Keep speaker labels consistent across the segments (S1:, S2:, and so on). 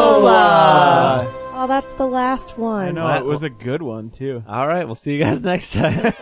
S1: Alola.
S2: Oh, that's the last one.
S1: I know
S3: What?
S1: it was a good one too.
S3: All right, we'll see you guys next time.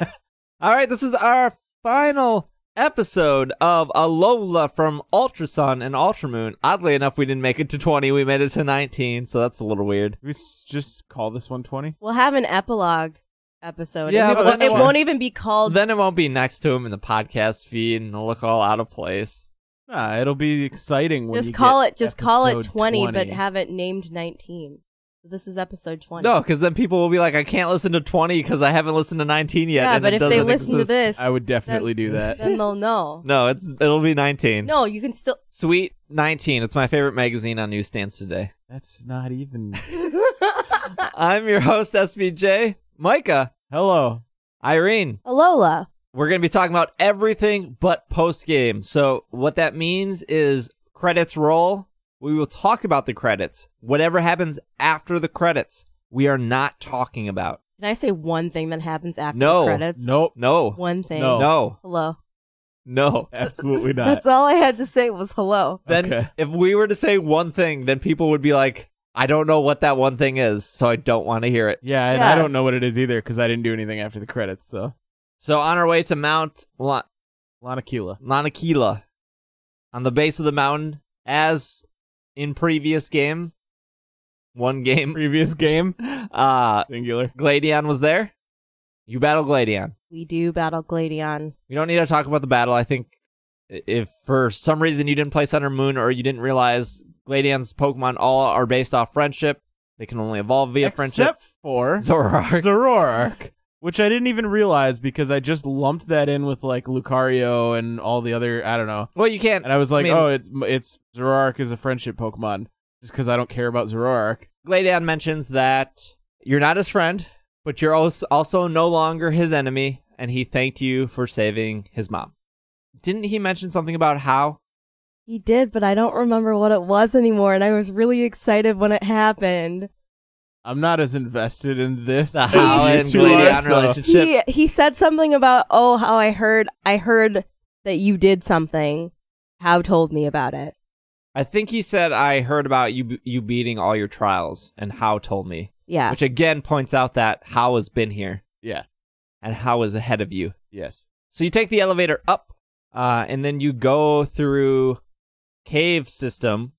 S3: All right, this is our final episode of Alola from Ultrasun and Ultramoon. Oddly enough, we didn't make it to 20. We made it to 19, so that's a little weird.
S1: We s- just call this one twenty.
S2: We'll have an epilogue episode.
S3: Yeah,
S2: it,
S3: but
S2: won't,
S3: that's
S2: it
S3: fine.
S2: won't even be called.
S3: Then it won't be next to him in the podcast feed and it'll look all out of place.
S1: Nah, it'll be exciting. When
S2: just
S1: you
S2: call
S1: get
S2: it. Just call it
S1: episode
S2: 20, but have it named 19. This is episode 20.
S3: No, because then people will be like, I can't listen to 20 because I haven't listened to 19 yet.
S2: Yeah,
S3: and
S2: but
S3: it
S2: if they
S3: doesn't
S2: listen to this,
S3: exist.
S1: I would definitely do that.
S2: then they'll know.
S3: No, it's it'll be 19.
S2: No, you can still.
S3: Sweet 19. It's my favorite magazine on newsstands today.
S1: That's not even.
S3: I'm your host, SVJ, Micah,
S1: Hello.
S3: Irene.
S2: Alola.
S3: We're going to be talking about everything but post game. So, what that means is credits roll. We will talk about the credits. Whatever happens after the credits, we are not talking about.
S2: Can I say one thing that happens after
S3: No.
S2: the credits?
S1: Nope.
S3: No.
S2: One thing.
S1: No.
S3: No.
S2: Hello.
S3: No.
S1: Absolutely not.
S2: That's all I had to say was hello.
S3: Then,
S1: Okay.
S3: if we were to say one thing, then people would be like, I don't know what that one thing is, so I don't want to hear it.
S1: Yeah, and
S2: Yeah.
S1: I don't know what it is either because I didn't do anything after the credits. So
S3: So, on our way to Mount La-
S1: Lana Kila.
S3: Lanakila, on the base of the mountain, as in previous game, one game,
S1: Previous game
S3: uh,
S1: singular.
S3: Gladion was there. You battle Gladion.
S2: We do battle Gladion.
S3: We don't need to talk about the battle. I think i- if for some reason you didn't play Sun or Moon or you didn't realize Gladion's Pokemon all are based off friendship, they can only evolve via friendship.
S1: Except for
S3: Zoroark.
S1: Zororark, which I didn't even realize because I just lumped that in with like Lucario and all the other I don't know.
S3: well, you can't.
S1: And I was like,
S3: mean-
S1: oh, it's it's Zorark is a friendship Pokemon just because I don't care about Zorark.
S3: Gladion mentions that you're not his friend, but you're als- also no longer his enemy, and he thanked you for saving his mom. Didn't he mention something about how?
S2: He did, but I don't remember what it was anymore, and I was really excited when it happened.
S1: I'm not as invested in this
S3: The
S1: as
S3: how
S1: you
S3: and
S1: two are,
S3: Gladion
S1: so-
S3: relationship.
S2: He he said something about oh how I heard I heard that you did something. How told me about it.
S3: I think he said I heard about you you beating all your trials and How told me,
S2: Yeah.
S3: which again points out that How has been here
S1: Yeah.
S3: and How is ahead of you.
S1: Yes.
S3: So you take the elevator up, uh, and then you go through cave system,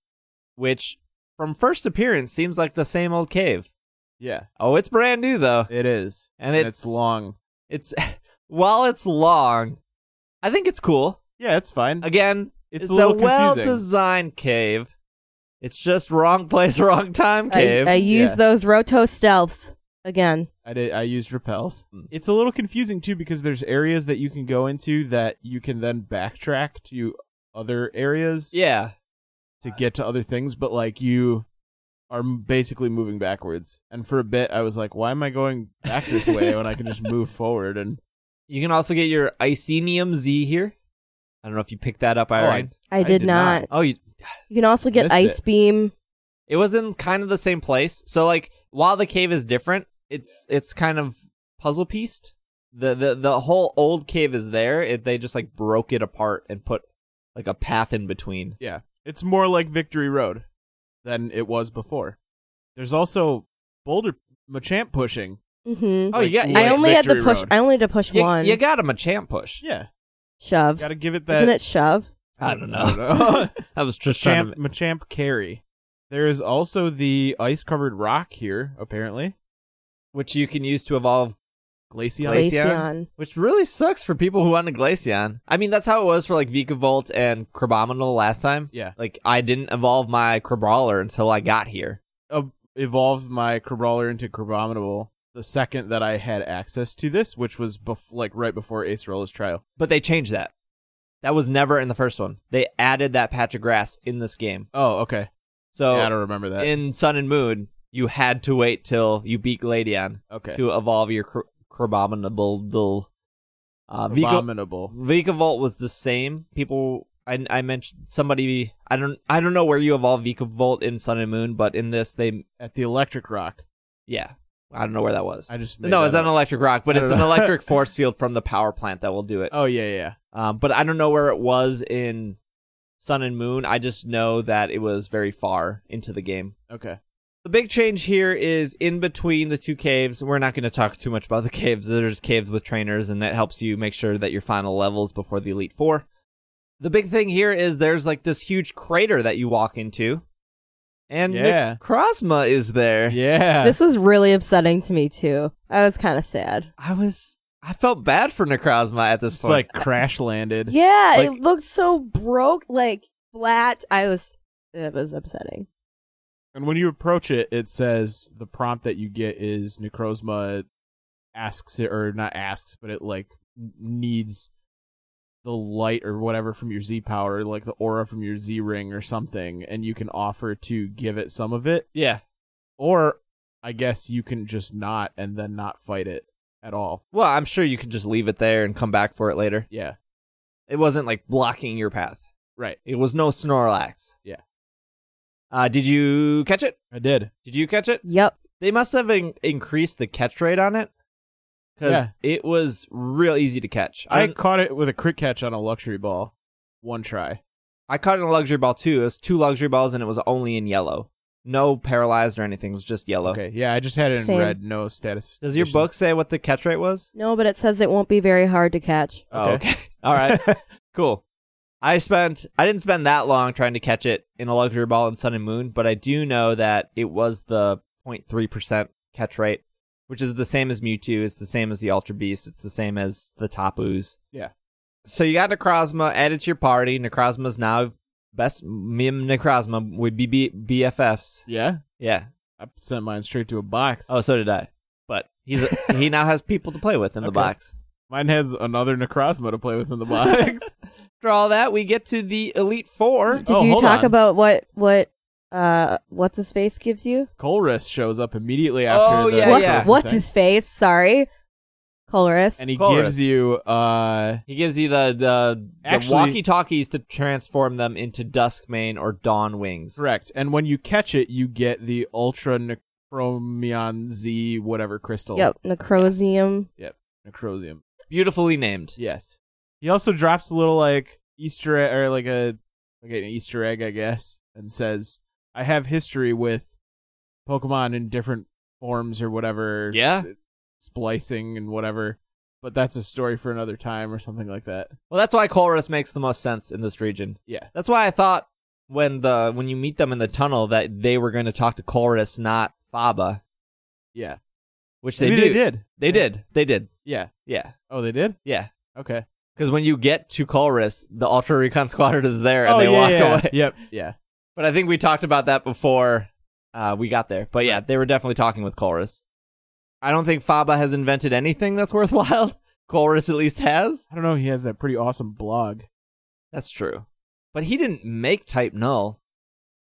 S3: which from first appearance seems like the same old cave.
S1: Yeah.
S3: Oh, it's brand new though.
S1: It is.
S3: And it's-
S1: it's long.
S3: It's while it's long, I think it's cool.
S1: Yeah, it's fine.
S3: Again,
S1: It's
S3: it's,
S1: a little confusing.
S3: well-designed cave. It's just wrong place, wrong time
S2: I,
S3: cave.
S2: I used
S1: Yeah.
S2: those roto stealths again.
S1: I did. I used repels.
S3: Mm.
S1: It's a little confusing too because there's areas that you can go into that you can then backtrack to other areas
S3: yeah.
S1: to get to other things, but like you are m- basically moving backwards. And for a bit, I was like, "Why am I going back this way when I can just move forward?" And
S3: You can also get your Icenium Z here. I don't know if you picked that up,
S1: Oh, I-
S3: Irene.
S2: I, did, not.
S3: Oh, you,
S2: You can also get
S1: Missed
S2: ice
S1: it.
S2: beam.
S3: it was in kind of the same place. So like, while the cave is different, it's it's kind of puzzle pieced. The the the whole old cave is there. It, they just like broke it apart and put like a path in between.
S1: yeah, it's more like Victory Road than it was before. There's also Boulder Machamp pushing.
S2: hmm
S3: Oh, you got-
S2: I
S3: like
S2: only had to
S1: Victory
S2: push.
S1: Road.
S2: I only had to push
S3: You,
S2: one.
S3: you got him a champ push.
S1: Yeah,
S2: shove.
S1: gotta give it that.
S2: Isn't it shove?
S3: I don't
S1: I
S3: know.
S1: don't
S3: I was just trying
S1: Champ
S3: to.
S1: Machamp carry. There is also the ice covered rock here, apparently.
S3: Which you can use to evolve
S1: Glaceon.
S3: Glaceon.
S2: Glaceon.
S3: Which really sucks for people who want a Glaceon. I mean, that's how it was for like Vikavolt and Crabominal last time.
S1: Yeah.
S3: Like, I didn't evolve my Crabrawler until I got here.
S1: Uh, evolved my Crabrawler into Crabominable the second that I had access to this, which was bef- like right before Ace Rolla's trial.
S3: But they changed that. That was never in the first one. They added that patch of grass in this game.
S1: Oh, okay.
S3: So,
S1: yeah, I don't remember that.
S3: in Sun and Moon, you had to wait till you beat Gladeon
S1: okay.
S3: to evolve your cr- Crabominable. Uh, Vigo-
S1: Abominable.
S3: Vikavolt was the same. People, I, I mentioned somebody. I don't, I don't know where you evolve Vikavolt in Sun and Moon, but in this, they,
S1: At the electric rock.
S3: yeah, I don't know where that was.
S1: I just made
S3: no,
S1: that
S3: it's not
S1: up.
S3: an electric rock, but
S1: I don't
S3: it's an
S1: know.
S3: electric force field from the power plant that will do it.
S1: Oh yeah, yeah.
S3: Um, but I don't know where it was in Sun and Moon. I just know that it was very far into the game.
S1: Okay.
S3: The big change here is in between the two caves. We're not going to talk too much about the caves. There's caves with trainers, and that helps you make sure that your final levels before the Elite Four. The big thing here is there's like this huge crater that you walk into, and
S1: Yeah.
S3: Krasma is there.
S1: Yeah.
S2: This was really upsetting to me too. I was kind of sad.
S3: I was, I felt bad for Necrozma at this
S1: it's
S3: point.
S1: like crash landed.
S2: Yeah,
S1: Like-
S2: it looked so broke, like flat. I was, it was upsetting.
S1: And when you approach it, it says the prompt that you get is Necrozma asks it, or not asks, but it like n- needs the light or whatever from your Z power, like the aura from your Z ring or something, and you can offer to give it some of it.
S3: yeah.
S1: Or I guess you can just not and then not fight it at all.
S3: Well, I'm sure you could just leave it there and come back for it later.
S1: Yeah.
S3: It wasn't like blocking your path.
S1: Right.
S3: It was no Snorlax.
S1: Yeah.
S3: Uh, did you catch it?
S1: I did.
S3: Did you catch it?
S2: Yep.
S3: They must have in- increased the catch rate on it because
S1: Yeah.
S3: it was real easy to catch. I
S1: I
S3: don't-
S1: caught it with a crit catch on a luxury ball. One try.
S3: I caught it in a luxury ball too. It was two luxury balls and it was only in yellow. No paralyzed or anything. It was just yellow.
S1: Okay. Yeah, I just had it in
S2: Same.
S1: red. No status.
S3: Oh. Does your book say what the catch rate was?
S2: No, but it says it won't be very hard to catch.
S3: Oh, okay. All right. cool. I spent I didn't spend that long trying to catch it in a luxury ball in Sun and Moon, but I do know that it was the 0.3% catch rate, which is the same as Mewtwo, it's the same as the Ultra Beast, it's the same as the Tapus.
S1: Yeah.
S3: So you got Necrozma added to your party. Necrozma's now best me and Necrozma would be B- BFFs.
S1: Yeah.
S3: Yeah.
S1: I sent mine straight to a box.
S3: Oh, so did I. But he's a, he now has people to play with in the
S1: Okay.
S3: box.
S1: Mine has another Necrozma to play with in the box.
S3: After all that, we get to the Elite 4.
S2: Did
S1: Oh,
S2: you
S1: hold
S2: talk
S1: on.
S2: about what what uh what's his face gives you?
S1: Colrus shows up immediately after
S3: Oh,
S1: the
S3: yeah,
S2: what,
S1: Necrozma
S3: yeah.
S2: What's
S1: thing.
S2: his face? Sorry, Colorus.
S1: And he
S3: Colrus.
S1: gives you uh
S3: He gives you the the, the
S1: Actually-
S3: walkie talkies to transform them into Duskmane or Dawn Wings.
S1: correct. And when you catch it, you get the ultra necromion Z whatever crystal.
S2: yep, Necrosium.
S1: Necrosium.
S3: Beautifully named.
S1: Yes. He also drops a little like Easter egg, or like a like an Easter egg, I guess, and says, "I have history with Pokemon in different forms or whatever.
S3: Yeah.
S1: s- splicing and whatever." But that's a story for another time or something like that.
S3: Well, that's why Colrus makes the most sense in this region.
S1: Yeah.
S3: That's why I thought when the when you meet them in the tunnel that they were going to talk to Colrus, not Faba,
S1: Yeah.
S3: which they
S1: Maybe
S3: do.
S1: they did.
S3: They did. They did.
S1: Yeah.
S3: Yeah.
S1: Oh, they did.
S3: Yeah.
S1: Okay.
S3: Because when you get to Colrus, the Ultra Recon Squadron is there and
S1: oh,
S3: they
S1: yeah,
S3: walk
S1: yeah.
S3: away.
S1: Yep. Yeah.
S3: But I think we talked about that before uh, we got there. But yeah, they were definitely talking with Colrus. I don't think Faba has invented anything that's worthwhile. Colrus at least has.
S1: I don't know. He has that pretty awesome blog.
S3: That's true. But he didn't make Type Null.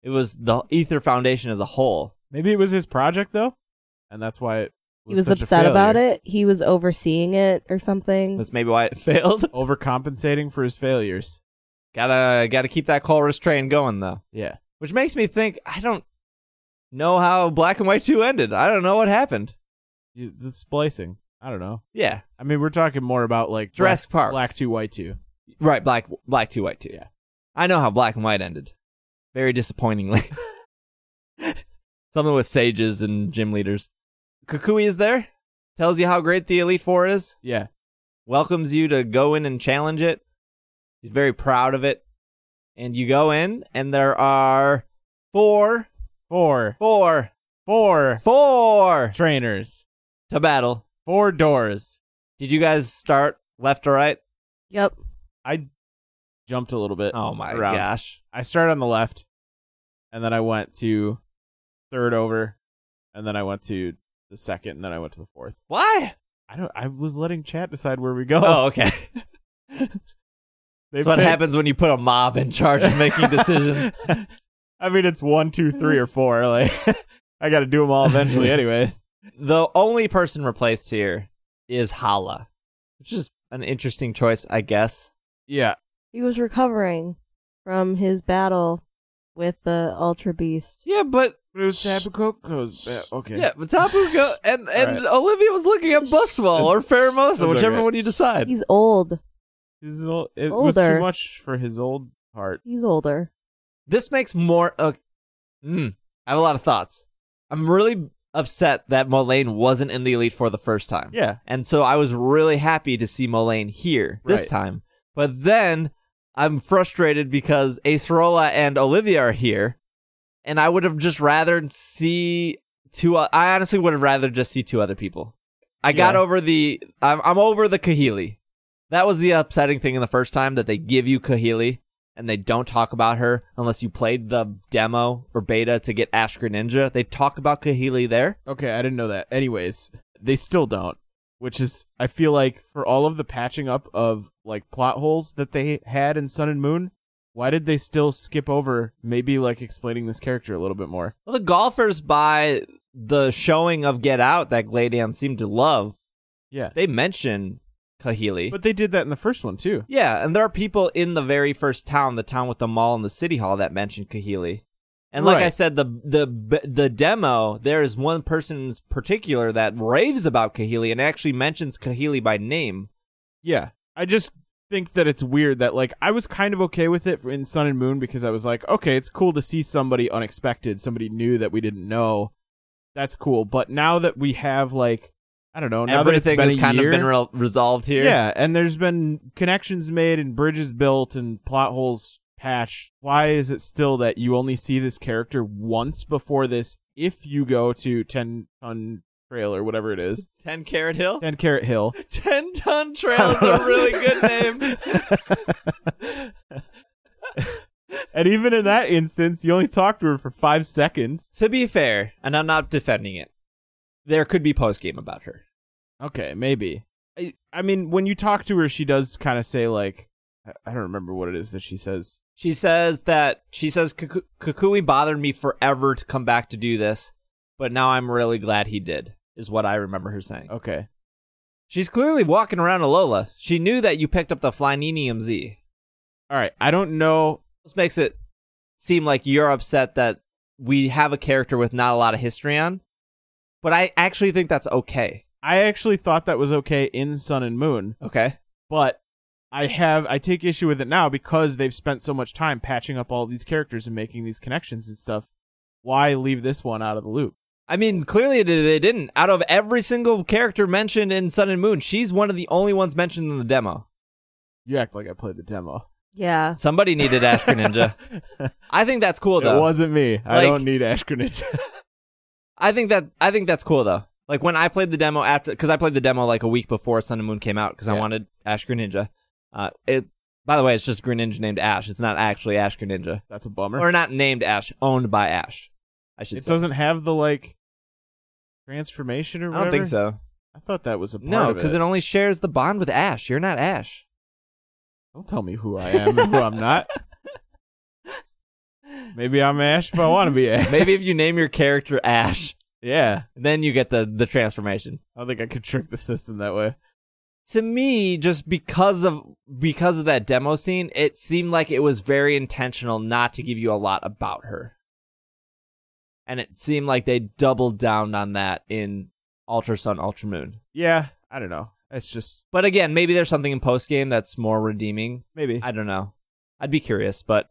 S3: It was the Ether Foundation as a whole.
S1: Maybe it was his project though, and that's why it was
S2: he was
S1: such a
S2: upset about
S1: failure.
S2: it. He was overseeing it or something.
S3: That's maybe why it failed.
S1: Overcompensating for his failures.
S3: gotta gotta keep that Colrus train going though.
S1: Yeah.
S3: Which makes me think I don't know how Black and White 2 ended. I don't know what happened.
S1: You- The splicing. I don't know.
S3: Yeah.
S1: I mean, we're talking more about like
S3: Jurassic
S1: black,
S3: Park.
S1: black two, white two.
S3: Right, black, black two, white two.
S1: Yeah.
S3: I know how black and white ended. Very disappointingly. Something with sages and gym leaders. Kukui is there. Tells you how great the Elite Four is.
S1: Yeah,
S3: Welcomes you to go in and challenge it. He's very proud of it. And you go in, and there are four,
S1: four,
S3: four,
S1: four
S3: four
S1: trainers,
S3: to battle.
S1: four doors.
S3: Did you guys start left or right?
S2: yep.
S1: I jumped a little bit.
S3: Oh my
S1: around.
S3: gosh.
S1: I started on the left, and then I went to third over, and then I went to the second, and then I went to the fourth.
S3: Why?
S1: I don't. I was letting chat decide where we go.
S3: Oh, okay.
S1: They
S3: That's what
S1: picked-
S3: happens when you put a mob in charge of making decisions.
S1: I mean, it's one, two, three, or four. Like, I got to do them all eventually, anyways.
S3: the only person replaced here is Hala, which is an interesting choice, I guess.
S1: Yeah,
S2: He was recovering from his battle with the Ultra Beast.
S3: Yeah, but
S1: but it was Tapacoco's. okay.
S3: yeah, but Tapu go and and Olivia was looking at Buswell or Faramosa,
S1: That's
S3: whichever
S1: okay.
S3: one you decide.
S2: He's old.
S1: His old, it was too
S2: Older.
S1: much for his old part.
S2: He's older.
S3: This makes more. Uh, mm, I have a lot of thoughts. I'm really upset that Mullane wasn't in the Elite Four the first time.
S1: Yeah.
S3: And so I was really happy to see Mullane here this
S1: Right.
S3: time. But then I'm frustrated because Acerola and Olivia are here. And I would have just rather see two. o- I honestly would have rather just see two other people. I got
S1: Yeah.
S3: over the. I'm, I'm over the Kahili. That was the upsetting thing in the first time that they give you Kahili and they don't talk about her unless you played the demo or beta to get Ash Greninja. They talk about Kahili there.
S1: Okay, I didn't know that. Anyways, they still don't, which is I feel like for all of the patching up of like plot holes that they had in Sun and Moon, why did they still skip over maybe like explaining this character a little bit more?
S3: Well, the golfers by the showing of Get Out that Gladion seemed to love,
S1: Yeah.
S3: they mention Kahili.
S1: But they did that in the first one too.
S3: yeah, and there are people in the very first town, the town with the mall and the city hall, that mention Kahili. And like I
S1: Right.
S3: said, the the the demo there is one person in particular that raves about Kahili and actually mentions Kahili by name.
S1: Yeah. I just think that it's weird that like I was kind of okay with it in Sun and Moon because I was like, okay, it's cool to see somebody unexpected, somebody new that we didn't know. That's cool. But now that we have like I don't know, Oh, now
S3: Everything
S1: that it's
S3: has
S1: been a
S3: kind
S1: year,
S3: of been re- resolved here.
S1: Yeah, and there's been connections made and bridges built and plot holes patched. Why is it still that you only see this character once before this if you go to 10 ton trail or whatever it is?
S3: Ten Carat Hill.
S1: 10 Carrot Hill.
S3: Ten Ton Trail is a really good name.
S1: And even in that instance, you only talk to her for five seconds.
S3: To be fair, and I'm not defending it, there could be post game about her.
S1: Okay, maybe. I, I mean, when you talk to her, she does kind of say, like, I- I don't remember what it is that she says.
S3: She says that she says "Kaku- Kakui bothered me forever to come back to do this, but now I'm really glad he did. Is what I remember her saying.
S1: Okay.
S3: She's clearly walking around Alola. She knew that you picked up the Flynenium Z.
S1: All right. I don't know.
S3: This makes it seem like you're upset that we have a character with not a lot of history on, but I actually think that's okay.
S1: I actually thought that was okay in Sun and Moon.
S3: Okay.
S1: but I have I take issue with it now because they've spent so much time patching up all these characters and making these connections and stuff. Why leave this one out of the loop?
S3: I mean, clearly they- they didn't. Out of every single character mentioned in Sun and Moon, she's one of the only ones mentioned in the demo.
S1: You act like I played the demo.
S2: Yeah.
S3: Somebody needed Ash Greninja. I think that's cool
S1: it
S3: though.
S1: wasn't me. I
S3: Like-
S1: don't need Ash Greninja.
S3: I think that I think that's cool though. Like when I played the demo after, because I played the demo like a week before Sun and Moon came out, because I
S1: Yeah.
S3: wanted Ash Greninja. Uh, it, by the way, it's just Greninja named Ash. It's not actually Ash Greninja,
S1: That's a bummer.
S3: or not named Ash, owned by Ash. I should
S1: it
S3: say.
S1: doesn't have the like transformation or
S3: I
S1: whatever.
S3: don't think so.
S1: I thought that was a part
S3: No,
S1: of
S3: because it only shares the bond with Ash. You're not Ash.
S1: Don't tell me who I am and who I'm not. Maybe I'm Ash if I want to be Ash.
S3: Maybe if you name your character Ash,
S1: yeah.
S3: then you get the the transformation.
S1: I think I could trick the system that way.
S3: To me, just because of because of that demo scene, it seemed like it was very intentional not to give you a lot about her. And it seemed like they doubled down on that in Ultra Sun, Ultra Moon.
S1: Yeah, I don't know. It's just
S3: But again, maybe there's something in post game that's more redeeming.
S1: maybe.
S3: I don't know. I'd be curious, but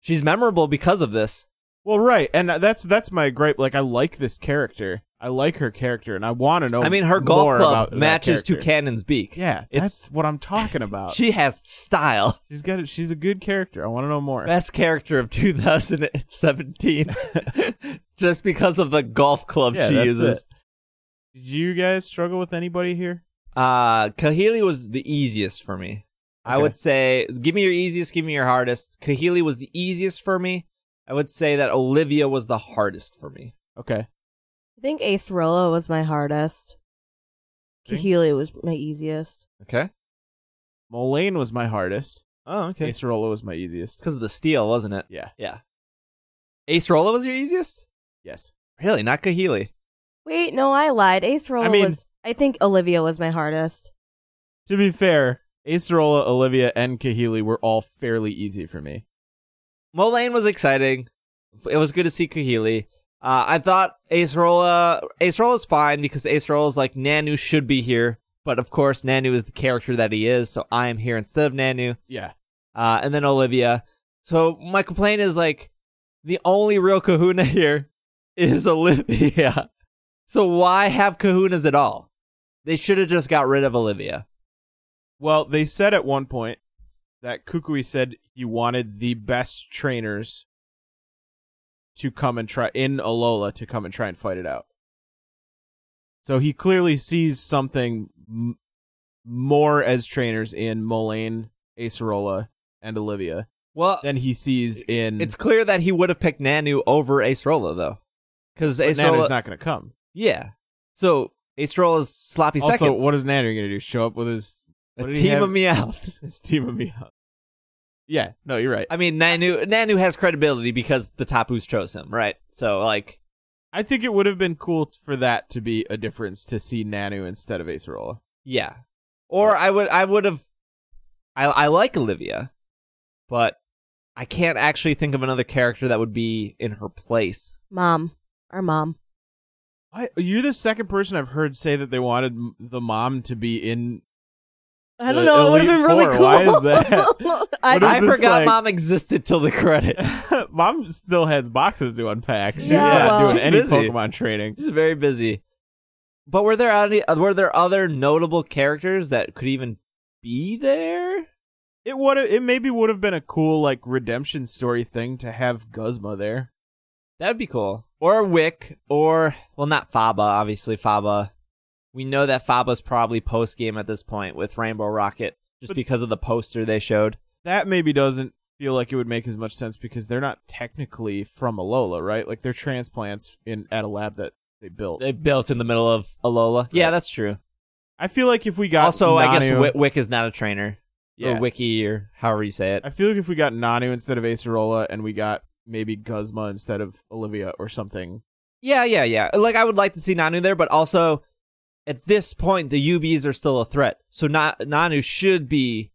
S3: she's memorable because of this.
S1: Well, right, and that's that's my gripe. Like, I like this character. I like her character, and I want to know.
S3: I mean, her
S1: Oh, more
S3: golf
S1: about
S3: club
S1: that
S3: matches to
S1: character.
S3: Cannon's beak.
S1: Yeah,
S3: It's-
S1: that's what I'm talking about.
S3: She has style.
S1: she's got it. She's a good character. I want to know more.
S3: best character of 2017 just because of the golf club
S1: Yeah,
S3: she
S1: that's
S3: uses.
S1: it. Did you guys struggle with anybody here?
S3: Uh Kahili was the easiest for me. I
S1: Okay.
S3: would say give me your easiest, give me your hardest. Kahili was the easiest for me. I would say that Olivia was the hardest for me.
S1: Okay,
S2: I think Ace Rolla was my hardest.
S1: Think?
S2: Kahili was my easiest.
S3: Okay.
S1: Mullane was my hardest.
S3: Oh, okay. It's
S1: Acerola was my easiest.
S3: because of the steal, wasn't it?
S1: Yeah.
S3: Yeah. Ace Rolla was your easiest?
S1: Yes.
S3: Really? Not Kahili.
S2: Wait, no, I lied. Ace Rolla
S1: mean-
S2: was. I think Olivia was my hardest.
S1: To be fair, Acerola, Olivia, and Kahili were all fairly easy for me.
S3: Mulane was exciting. It was good to see Kahili. Uh, I thought Ace Rolla Ace Rolla's fine because Ace Rolla's like Nanu should be here, but of course Nanu is the character that he is, so I am here instead of Nanu.
S1: Yeah.
S3: uh, and then Olivia. So my complaint is like the only real Kahuna here is Olivia. So why have Kahunas at all? They should have just got rid of Olivia.
S1: Well, they said at one point that Kukui said he wanted the best trainers to come and try in Alola to come and try and fight it out. So he clearly sees something m- more as trainers in Molane, Acerola, and Olivia
S3: Well,
S1: than he sees in.
S3: it's clear that he would have picked Nanu over Ace Rolla though, because
S1: but
S3: Ace Rolla,
S1: Nana's not going to come.
S3: yeah. So Ace Rolla's sloppy
S1: also,
S3: seconds.
S1: what is Nana going to do? Show up with his
S3: a
S1: what did he
S3: team
S1: have?
S3: of meows.
S1: his team of me up? Yeah, no, you're right.
S3: I mean, Nanu Nanu has credibility because the Tapus chose him, right? So like,
S1: I think it would have been cool for that to be a difference to see Nanu instead of Acerola.
S3: yeah. Or I would I would have. I I like Olivia, but I can't actually think of another character that would be in her place.
S2: Mom. Our mom.
S1: I, you're the second person I've heard say that they wanted m- the mom to be in.
S2: I don't
S1: The
S2: know. It would have
S1: Elite
S2: been really
S1: Four,
S2: cool.
S1: why is that?
S2: I,
S1: What is
S3: I
S1: this
S3: forgot
S1: like?
S3: mom existed till the credits.
S1: mom still has boxes to unpack. She's
S2: Yeah,
S1: not
S2: well-
S1: doing
S3: She's
S1: any
S3: busy.
S1: Pokemon training.
S3: She's very busy. But were there any, were there other notable characters that could even be there?
S1: It would it maybe would have been a cool like redemption story thing to have Guzma there.
S3: That'd be cool. Or Wick, or well, not Faba. Obviously, Faba. We know that Faba's probably post game at this point with Rainbow Rocket, just
S1: But-
S3: because of the poster they showed.
S1: That maybe doesn't feel like it would make as much sense because they're not technically from Alola, right? Like they're transplants in at a lab that they built.
S3: They built in the middle of Alola. Yeah, that's true.
S1: I feel like if we got
S3: also, I guess
S1: Nanu-
S3: Wick, Wick is not a trainer
S1: yeah.
S3: or Wiki or however you say it.
S1: I feel like if we got Nanu instead of Acerola and we got maybe Guzma instead of Olivia or something.
S3: Yeah, yeah, yeah. Like I would like to see Nanu there, but also at this point the UBs are still a threat. So Na- Nanu should be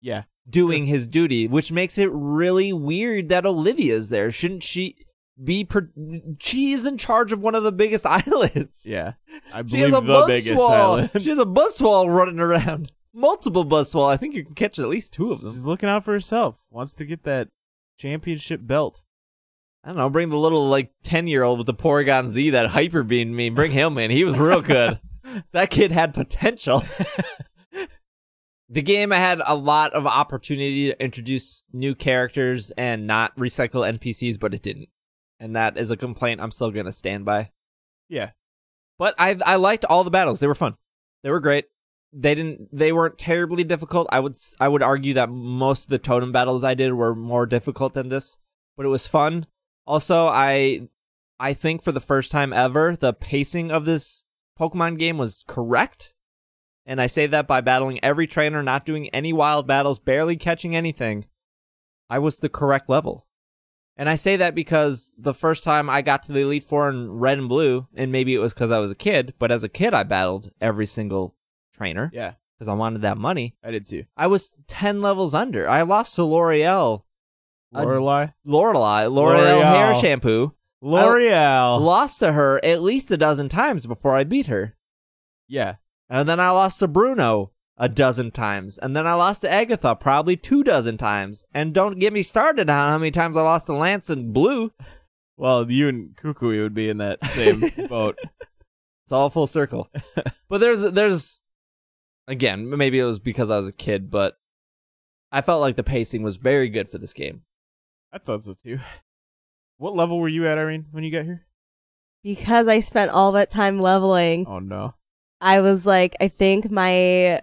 S1: Yeah.
S3: doing his duty, which makes it really weird that Olivia's there. Shouldn't she be per- she is in charge of one of the biggest islands.
S1: Yeah. I
S3: She
S1: believe
S3: has a
S1: the
S3: bus
S1: biggest
S3: wall.
S1: island.
S3: She has a bus wall running around. Multiple bus wall. I think you can catch at least two of
S1: She's
S3: them.
S1: looking out for herself. Wants to get that championship belt.
S3: I don't know. Bring the little like ten year old with the Porygon Z that hyper beamed me. Bring him in. He was real good. that kid had potential. the game had a lot of opportunity to introduce new characters and not recycle NPCs, but it didn't. And that is a complaint I'm still gonna stand by.
S1: Yeah.
S3: But I I liked all the battles. They were fun. They were great. They didn't they weren't terribly difficult. I would s- I would argue that most of the totem battles I did were more difficult than this, but it was fun. Also, I I think for the first time ever, the pacing of this Pokemon game was correct. And I say that by battling every trainer, not doing any wild battles, barely catching anything. I was the correct level. And I say that because the first time I got to the Elite Four in red and blue, and maybe it was because I was a kid, but as a kid, I battled every single trainer
S1: Yeah,
S3: because I wanted that money.
S1: I did too.
S3: I was 10 levels under. I lost to L'Oreal, Uh,
S1: Lorelai.
S3: Lorelei, L'Oreal hair
S1: L'Oreal. Oh.
S3: shampoo.
S1: L'Oreal.
S3: Lost to her at least a dozen times before I beat her.
S1: Yeah.
S3: And then I lost to Bruno a dozen times. And then I lost to Agatha probably two dozen times. And don't get me started on how many times I lost to Lance and Blue.
S1: Well, you and Kukui would be in that same boat.
S3: It's all full circle. but there's there's again, maybe it was because I was a kid, but I felt like the pacing was very good for this game.
S1: I thought so too. What level were you at, Irene, when you got here?
S2: because I spent all that time leveling,
S1: Oh no.
S2: I was like, I think my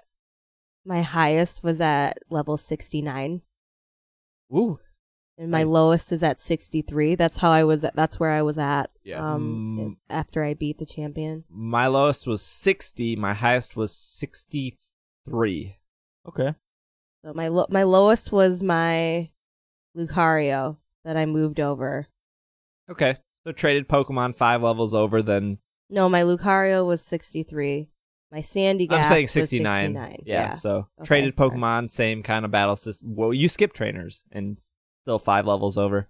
S2: my highest was at level sixty nine,
S3: Ooh.
S2: and my
S1: Nice.
S2: lowest is at sixty three. That's how I was. At, that's where I was at.
S1: Yeah.
S2: Um,
S3: Mm.
S2: after I beat the champion.
S3: My lowest was sixty, my highest was sixty three.
S1: Okay.
S2: So my lo- my lowest was my Lucario that I moved over.
S3: Okay. So traded Pokemon five levels over then
S2: No, my Lucario was sixty three. My Sandy
S3: I'm
S2: Gas
S3: saying
S2: was
S3: 69.
S2: 69.
S3: Yeah, so
S2: Okay,
S3: traded
S2: sorry.
S3: Pokemon, same kind of battle system. Well, you skip trainers and still five levels over.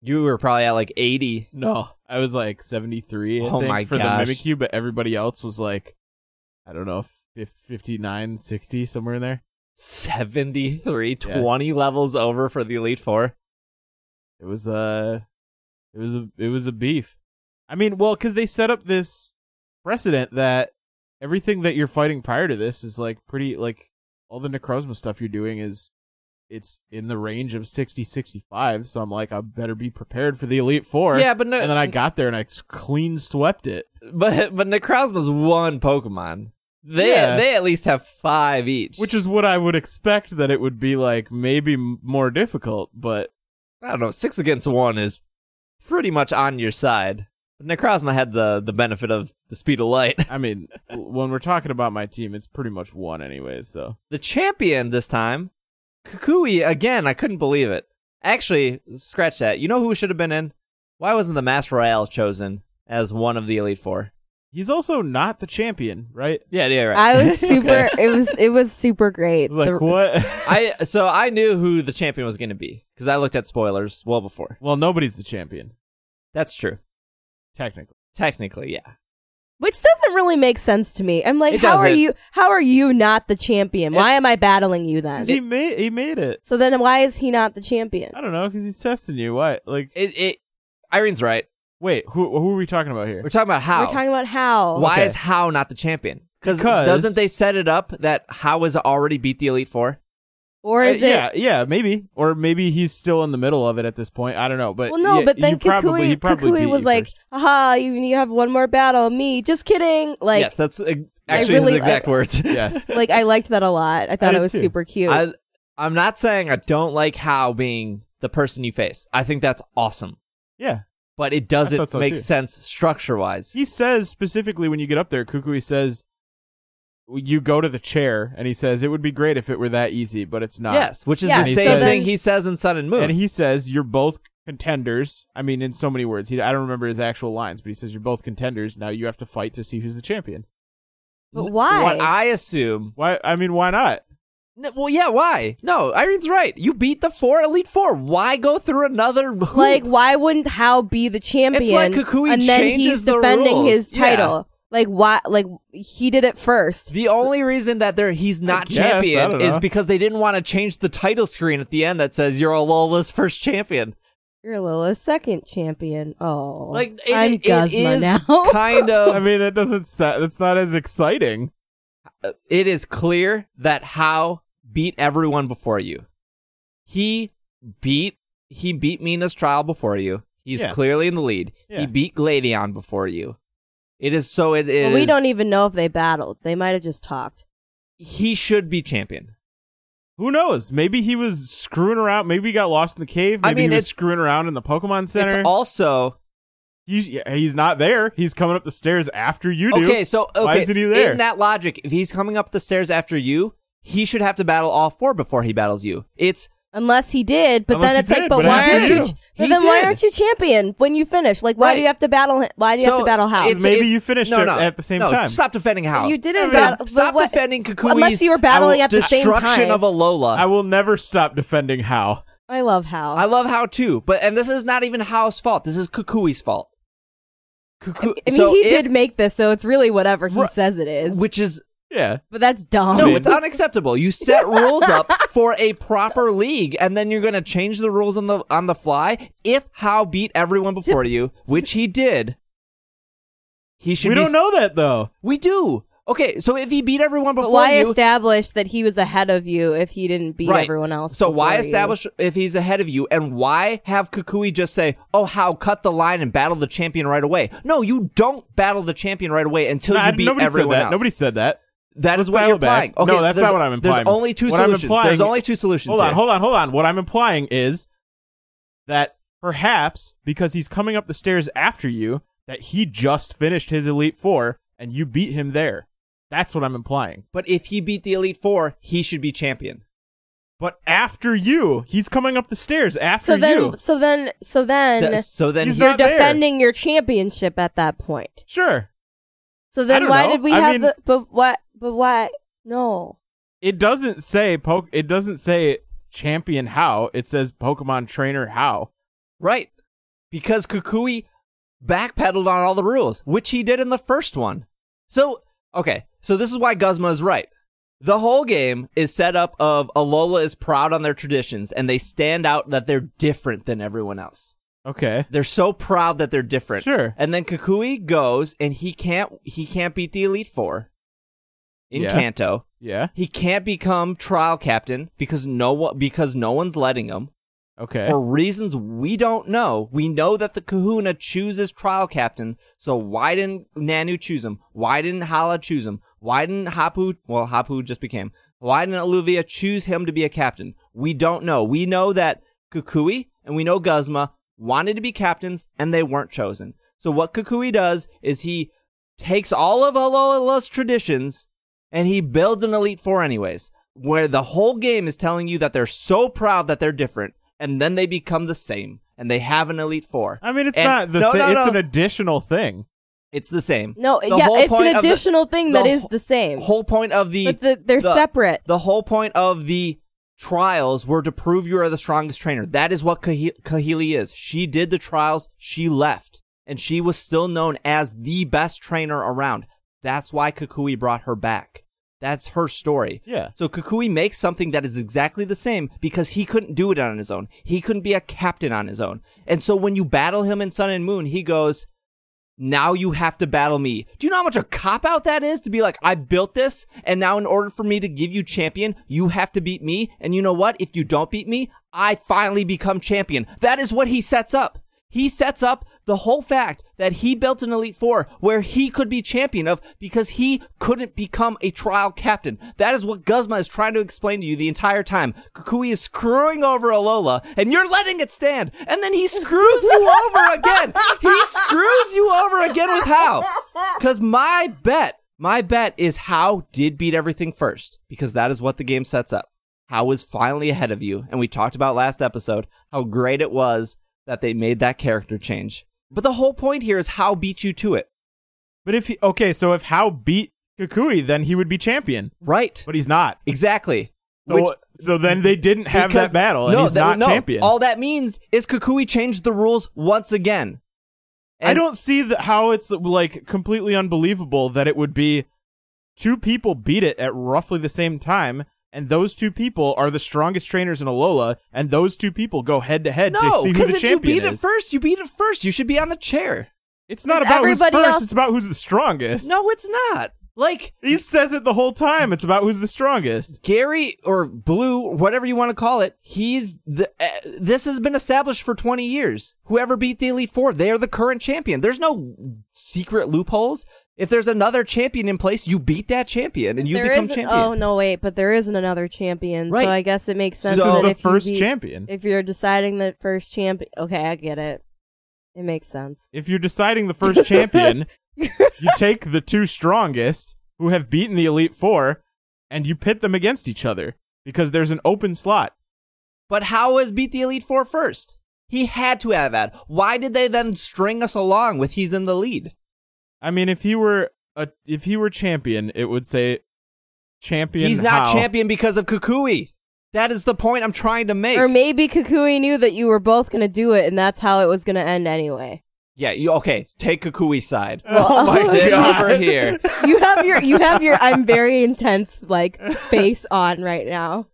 S3: You were probably at like 80.
S1: No, I was like 73, I
S3: Oh
S1: think,
S3: my
S1: for
S3: gosh.
S1: the Mimikyu, but everybody else was like, I don't know, fif- 59, 60, somewhere in there.
S3: 73
S1: Yeah.
S3: 20 levels over for the elite four
S1: It was a, it was a, it was a beef. I mean, well, because they set up this precedent that everything that you're fighting prior to this is like pretty like all the necrozma stuff you're doing is it's in the range of 60 65 so i'm like i better be prepared for the elite four
S3: yeah but no,
S1: and then i got there and i s- clean swept it
S3: but but necrozma's one pokemon they
S1: Yeah.
S3: they at least have five each
S1: which is what i would expect that it would be like maybe m- more difficult but
S3: I don't know, six against one is pretty much on your side. Necrozma had the, the benefit of the speed of light.
S1: i mean w- when we're talking about my team it's pretty much one anyway so
S3: The champion this time, Kukui, again, I couldn't believe it. Actually, scratch that. You know who should have been in? Why wasn't the Mass Royale chosen as one of the Elite Four?
S1: he's also not the champion right
S3: Yeah, yeah, right.
S2: I was super. it was it was super great.
S1: like
S2: The-
S1: what
S3: I so I knew who the champion was going to be because I looked at spoilers well before.
S1: well nobody's the champion
S3: That's true.
S1: technically
S3: Technically, yeah.
S2: Which doesn't really make sense to me. I'm like,
S3: It
S2: how are
S3: doesn't.
S2: you? How are you not the champion? Why am I battling you then?
S1: 'Cause he made he made it
S2: so then, why is he not the champion?
S1: I don't know because he's testing you. What? Like,
S3: It, it Irene's right.
S1: wait, who who are we talking about here?
S3: We're talking about how
S2: We're talking about how.
S3: Why
S1: Okay.
S3: is How not the champion? Because
S1: Because-
S3: doesn't they set it up that How has already beat the Elite Four?
S2: Or
S1: Uh,
S2: is it?
S1: yeah, yeah, maybe, or maybe he's still in the middle of it at this point. I don't know, but
S2: Well, no,
S1: yeah,
S2: but then
S1: you probably, he
S2: Kakui,
S1: probably
S2: Kakui
S1: beat
S2: was
S1: you
S2: like,
S1: first.
S2: "Aha, you, you have one more battle, me." Just kidding. Like,
S3: yes, that's uh, actually
S2: really-
S3: his exact
S2: I-
S3: words.
S1: yes,
S2: like I liked that a lot. I thought
S1: did
S2: it was
S1: too.
S2: super cute.
S3: I, I'm not saying I don't like How being the person you face. I think that's awesome,
S1: yeah.
S3: but it
S1: I thought
S3: doesn't
S1: so,
S3: make
S1: too.
S3: sense structure wise.
S1: He says specifically when you get up there, Kukui says, "You go to the chair," and he says, "It would be great if it were that easy, but it's not."
S3: Yes, which is
S2: Yeah,
S3: the
S1: so then-
S3: same thing he says in Sun and Moon.
S1: And he says, "You're both contenders." I mean, in so many words, he I don't remember his actual lines, but he says, "You're both contenders." Now you have to fight to see who's the champion.
S2: but why?
S3: What I assume.
S1: Why? I mean, why not?
S3: N- Well, yeah, why? No, Irene's right. You beat the four Elite Four. Why go through another? hoop?
S2: like, why wouldn't How be the champion?
S3: Kukui
S2: and then
S3: changes
S2: he's
S3: the
S2: defending
S3: rules.
S2: his
S3: Yeah.
S2: title. Like, why? Like, he did it first.
S3: The only reason that they're, he's not
S1: guess, I
S3: champion
S1: don't
S3: is
S1: know.
S3: because they didn't want to change the title screen at the end that says you're a lawless first champion.
S2: You're Lila's second champion. Oh,
S3: Like it,
S2: I'm
S3: it- it
S2: Guzma
S3: is
S2: now.
S3: kind
S1: I
S3: of
S1: mean, that doesn't sound, that's not as exciting.
S3: it is clear that How beat everyone before you. He beat he beat Mina's trial before you. He's
S1: Yeah.
S3: clearly in the lead.
S1: Yeah.
S3: He beat Gladion before you. It is so it is
S2: But we don't even know if they battled. They might have just talked.
S3: he should be champion.
S1: Who knows? Maybe he was screwing around. Maybe he got lost in the cave.
S3: I
S1: Maybe
S3: mean,
S1: he was
S3: it's-
S1: screwing around in the Pokemon Center.
S3: It's also
S1: he's, yeah, he's not there. He's coming up the stairs after you do.
S3: Okay, so okay,
S1: Why isn't he there?
S3: In that logic, if he's coming up the stairs after you, he should have to battle all four before he battles you. It's
S2: Unless he did, but
S1: Unless
S2: then
S1: he
S2: it's like,
S1: did,
S2: but,
S1: but
S2: why
S1: after
S2: aren't you?
S1: you.
S2: ch-
S3: He
S2: But then why
S3: did.
S2: aren't you champion when you finish? Like, why do you
S3: Right.
S2: have to battle? hi- Why do you have to
S3: So,
S2: battle How?
S3: it's-
S1: Maybe
S3: it-
S1: you finished
S3: no,
S1: it
S3: no,
S1: at the same
S3: no,
S1: time.
S3: Stop defending How.
S2: You didn't
S3: Stop,
S2: battle-
S3: stop
S2: but what-
S3: defending Kakui's
S2: Unless you were battling
S3: al-
S2: at the same
S3: destruction
S2: time.
S3: of Alola.
S1: I will never stop defending How.
S2: I love How.
S3: I love How too, but and this is not even How's fault. This is Kakui's fault. Kukui,
S2: I mean,
S3: so
S2: he
S3: if-
S2: did make this, so it's really whatever he
S3: Ru-
S2: says it is.
S3: which is
S1: Yeah.
S2: but that's dumb.
S3: no, it's unacceptable. You set rules up for a proper league, and then you're going to change the rules on the on the fly. If How beat everyone before you, which he did, he should.
S1: we
S3: be
S1: don't know that though.
S3: We do. Okay, so if he beat everyone
S2: but
S3: before
S2: why
S3: you,
S2: establish that he was ahead of you if he didn't beat
S3: Right.
S2: everyone else?
S3: so why
S2: before you?
S3: establish if he's ahead of you, and why have Kukui just say, "Oh, how cut the line and battle the champion right away"? No, you don't battle the champion right away until
S1: Nah,
S3: you beat
S1: nobody
S3: everyone
S1: said that.
S3: else.
S1: Nobody said that.
S3: that is
S1: Let's
S3: what
S1: dial
S3: you're
S1: it back.
S3: implying. Okay,
S1: no, that's
S3: there's-
S1: not what I'm implying.
S3: There's only 2
S1: What I'm
S3: solutions. there's
S1: implying-
S3: only two solutions.
S1: Hold
S3: here.
S1: on, hold on, hold on. What I'm implying is that perhaps because he's coming up the stairs after you, that he just finished his Elite Four and you beat him there. That's what I'm implying.
S3: But if he beat the Elite Four, he should be champion.
S1: But after you, he's coming up the stairs after
S2: So then,
S1: you.
S2: so then, so then,
S3: Th- so then
S1: He's
S3: he-
S1: not
S2: you're
S1: there.
S2: defending your championship at that point.
S1: Sure.
S2: So
S1: I
S2: then,
S1: don't
S2: why
S1: know.
S2: did we
S1: I
S2: have
S1: mean-
S2: the? But what? But why? No.
S1: It doesn't say poke it doesn't say champion how. It says Pokemon trainer how.
S3: right because Kukui backpedaled on all the rules, which he did in the first one. So okay, so this is why Guzma is right. The whole game is set up of Alola is proud on their traditions and they stand out that they're different than everyone else.
S1: Okay.
S3: They're so proud that they're different.
S1: Sure.
S3: And then Kakui goes and he can't he can't beat the Elite Four in
S1: Yeah.
S3: Kanto.
S1: Yeah.
S3: He can't become trial captain because no one because no one's letting him.
S1: Okay.
S3: For reasons we don't know, we know that the Kahuna chooses trial captain. So why didn't Nanu choose him? Why didn't Hala choose him? Why didn't Hapu? Well, Hapu just became. Why didn't Olivia choose him to be a captain? We don't know. We know that Kukui and we know Guzma wanted to be captains and they weren't chosen. So what Kukui does is he takes all of Alola's traditions and he builds an Elite Four anyways, where the whole game is telling you that they're so proud that they're different, and then they become the same, and they have an Elite Four.
S1: I mean, it's
S3: And-
S1: not the
S3: no,
S1: same.
S3: no,
S1: It's
S3: no.
S1: an additional thing.
S3: It's the same.
S2: No,
S3: The
S2: yeah,
S3: whole
S2: it's
S3: point
S2: an
S3: of the-
S2: additional thing that
S3: the
S2: is
S3: wh-
S2: the same.
S3: Whole point of the
S2: but the, they're
S3: the-
S2: separate.
S3: The whole point of the trials were to prove you are the strongest trainer. That is what Kahi- Kahili is. She did the trials, she left, and she was still known as the best trainer around. That's why Kakui brought her back. That's her story.
S1: Yeah.
S3: So Kakui makes something that is exactly the same because he couldn't do it on his own. He couldn't be a captain on his own. And so when you battle him in Sun and Moon, he goes, now you have to battle me. Do you know how much a cop out that is to be like, I built this, and now in order for me to give you champion, you have to beat me. And you know what? If you don't beat me, I finally become champion. That is what he sets up. He sets up the whole fact that he built an Elite Four where he could be champion of because he couldn't become a trial captain. That is what Guzma is trying to explain to you the entire time. Kukui is screwing over Alola, and you're letting it stand. And then he screws you over again. He screws you over again with how. Because my bet, my bet is how did beat everything first, because that is what the game sets up. How is finally ahead of you, and we talked about last episode how great it was that they made that character change. But the whole point here is how beat you to it,
S1: But if he, okay, so if How beat Kakui, then he would be champion.
S3: right?
S1: But he's not.
S3: exactly.
S1: So,
S3: Which-
S1: so then they didn't have
S3: Because-
S1: that battle, and
S3: no,
S1: he's
S3: that-
S1: not
S3: no.
S1: champion.
S3: All that means is Kukui changed the rules once again.
S1: I don't see the, how it's like completely unbelievable that it would be two people beat it at roughly the same time, and those two people are the strongest trainers in Alola, and those two people go head to head to
S3: know
S1: see who
S3: because
S1: the
S3: if you
S1: champion
S3: beat it
S1: is.
S3: first, you beat it first. You should be on the chair.
S1: It's not
S2: Because
S1: about who's first;
S2: everybody else-
S1: it's about who's the strongest.
S3: No, it's not. Like
S1: He says it the whole time. It's about who's the strongest.
S3: Gary or Blue, whatever you want to call it, he's the. Uh, this has been established for 20 years. Whoever beat the Elite Four, they are the current champion. There's no secret loopholes. If there's another champion in place, you beat that champion and you
S2: There
S3: become
S2: isn't-
S3: champion.
S2: Oh no, wait! But there isn't another champion,
S3: Right.
S2: so I guess it makes sense.
S1: this
S3: So-
S1: is
S2: that
S1: the
S2: if you
S1: first
S2: beat-
S1: champion.
S2: If you're deciding the first champion, okay, I get it. It makes sense.
S1: If you're deciding the first champion, you take the two strongest who have beaten the Elite Four, and you pit them against each other because there's an open slot.
S3: But how was beat the Elite Four first? He had to have that. Why did they then string us along with he's in the lead?
S1: I mean, if he were a if he were champion, it would say champion.
S3: He's not
S1: how.
S3: champion because of Kukui. That is the point I'm trying to make.
S2: Or maybe Kakui knew that you were both gonna do it, and that's how it was gonna end anyway.
S3: yeah, you, okay, take Kukui's side.
S1: Oh my
S3: Sit
S1: god!
S3: over here.
S2: You have your, you have your. I'm very intense, like face on right now.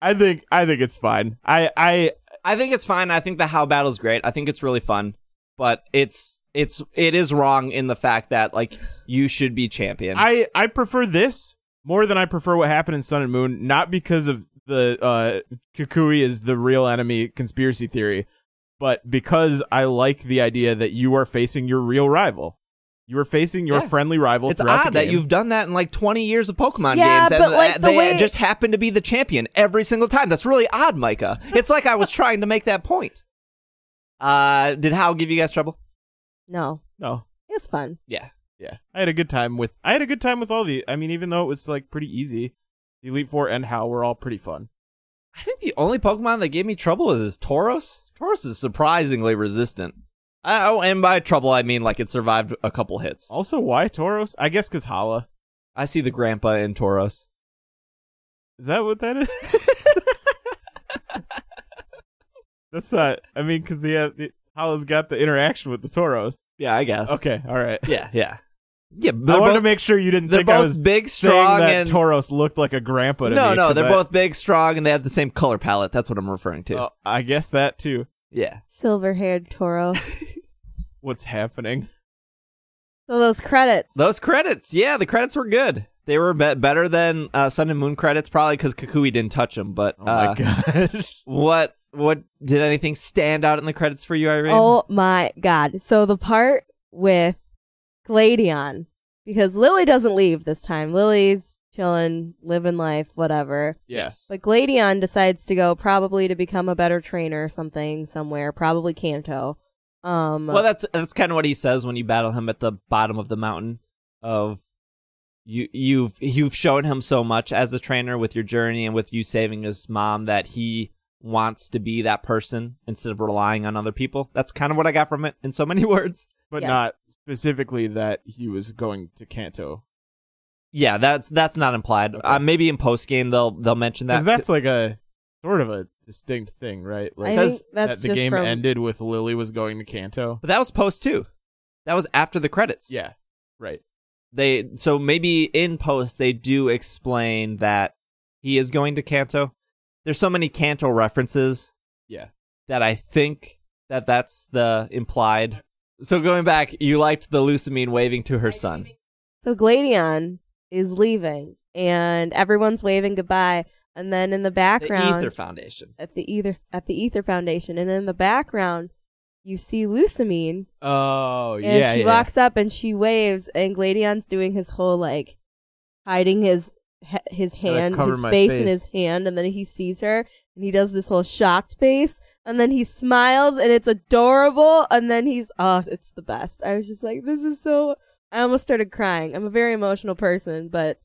S1: I think I think it's fine. I I
S3: I think it's fine. I think the how battle's great. I think it's really fun, but it's it's it is wrong in the fact that like you should be champion.
S1: I I prefer this more than I prefer what happened in Sun and Moon. Not because of the uh, Kukui is the real enemy conspiracy theory, but because I like the idea that you are facing your real rival. You are facing your
S3: Yeah.
S1: friendly rival
S3: it's
S1: throughout
S3: odd
S1: the game.
S3: that you've done that in like 20 years of Pokemon
S2: Yeah,
S3: games, and
S2: but, like,
S3: th-
S2: the
S3: they
S2: way-
S3: just happen to be the champion every single time. That's really odd, Micah. It's like I was trying to make that point. Uh, did Hal give you guys trouble?
S2: No,
S1: no.
S2: it's fun.
S3: Yeah,
S1: Yeah, I had a good time with. I had a good time with all the. I mean, even though it was like pretty easy, the Elite Four and How were all pretty fun.
S3: I think the only Pokemon that gave me trouble is, is Tauros. Tauros is surprisingly resistant. I, oh, and by trouble I mean like it survived a couple hits.
S1: Also, why Tauros? I guess because Hala.
S3: I see the grandpa in Tauros.
S1: Is that what that is? That's not. I mean, because the, uh, the Hala's got the interaction with the Tauros.
S3: Yeah, I guess.
S1: Okay, all right.
S3: Yeah, yeah. Yeah,
S1: I
S3: they're
S1: wanted
S3: both,
S1: to make sure you didn't
S3: they're
S1: think I
S3: both
S1: was
S3: big,
S1: saying
S3: strong,
S1: that
S3: and
S1: Tauros looked like a grandpa to
S3: no,
S1: me,
S3: no,
S1: 'cause
S3: they're
S1: I-
S3: both big, strong, and they have the same color palette. That's what I'm referring to.
S1: Oh, I guess that too.
S3: yeah,
S2: Silver haired Toro.
S1: What's happening?
S2: so those credits.
S3: those credits. Yeah, the credits were good. They were be- better than uh, Sun and Moon credits, probably because Kakui didn't touch them. But
S1: Oh
S3: uh,
S1: my gosh!
S3: what what did anything stand out in the credits for you, Irene?
S2: Oh my god. So the part with Gladion, because Lily doesn't leave this time. Lily's chilling, living life, whatever.
S1: Yes.
S2: But Gladion decides to go probably to become a better trainer or something somewhere, probably Kanto. Um
S3: Well, that's that's kind of what he says when you battle him at the bottom of the mountain. Of you, you've you've shown him so much as a trainer with your journey and with you saving his mom that he wants to be that person instead of relying on other people. That's kind of what I got from it in so many words.
S1: but
S2: Yes.
S1: not specifically that he was going to Kanto
S3: Yeah, that's that's not implied.
S1: Okay.
S3: Uh, maybe in post game they'll they'll mention that.
S1: because that's like a sort of a distinct thing, right?
S2: I
S1: Like
S2: think
S3: because
S2: that's
S1: that the
S2: just
S1: game
S2: from
S1: ended with Lily was going to Kanto.
S3: but that was post too. That was after the credits.
S1: Yeah, right.
S3: they so maybe in post they do explain that he is going to Kanto. There's so many Kanto references.
S1: Yeah.
S3: That I think that that's the implied. So going back, you liked the Lucamine waving to her son.
S2: So Gladion is leaving and everyone's waving goodbye and then in the background
S3: The Ether Foundation.
S2: at the Ether at the Ether Foundation and in the background you see Lucamine
S1: Oh
S2: And
S1: yeah,
S2: she
S1: yeah.
S2: walks up and she waves, and Gladion's doing his whole like hiding his he- his
S1: gotta
S2: hand,
S1: cover
S2: his
S1: my
S2: face in
S1: face.
S2: his hand, and then he sees her, and he does this whole shocked face, and then he smiles, and it's adorable, and then he's oh, it's the best. I was just like, this is so. I almost started crying. I'm a very emotional person, but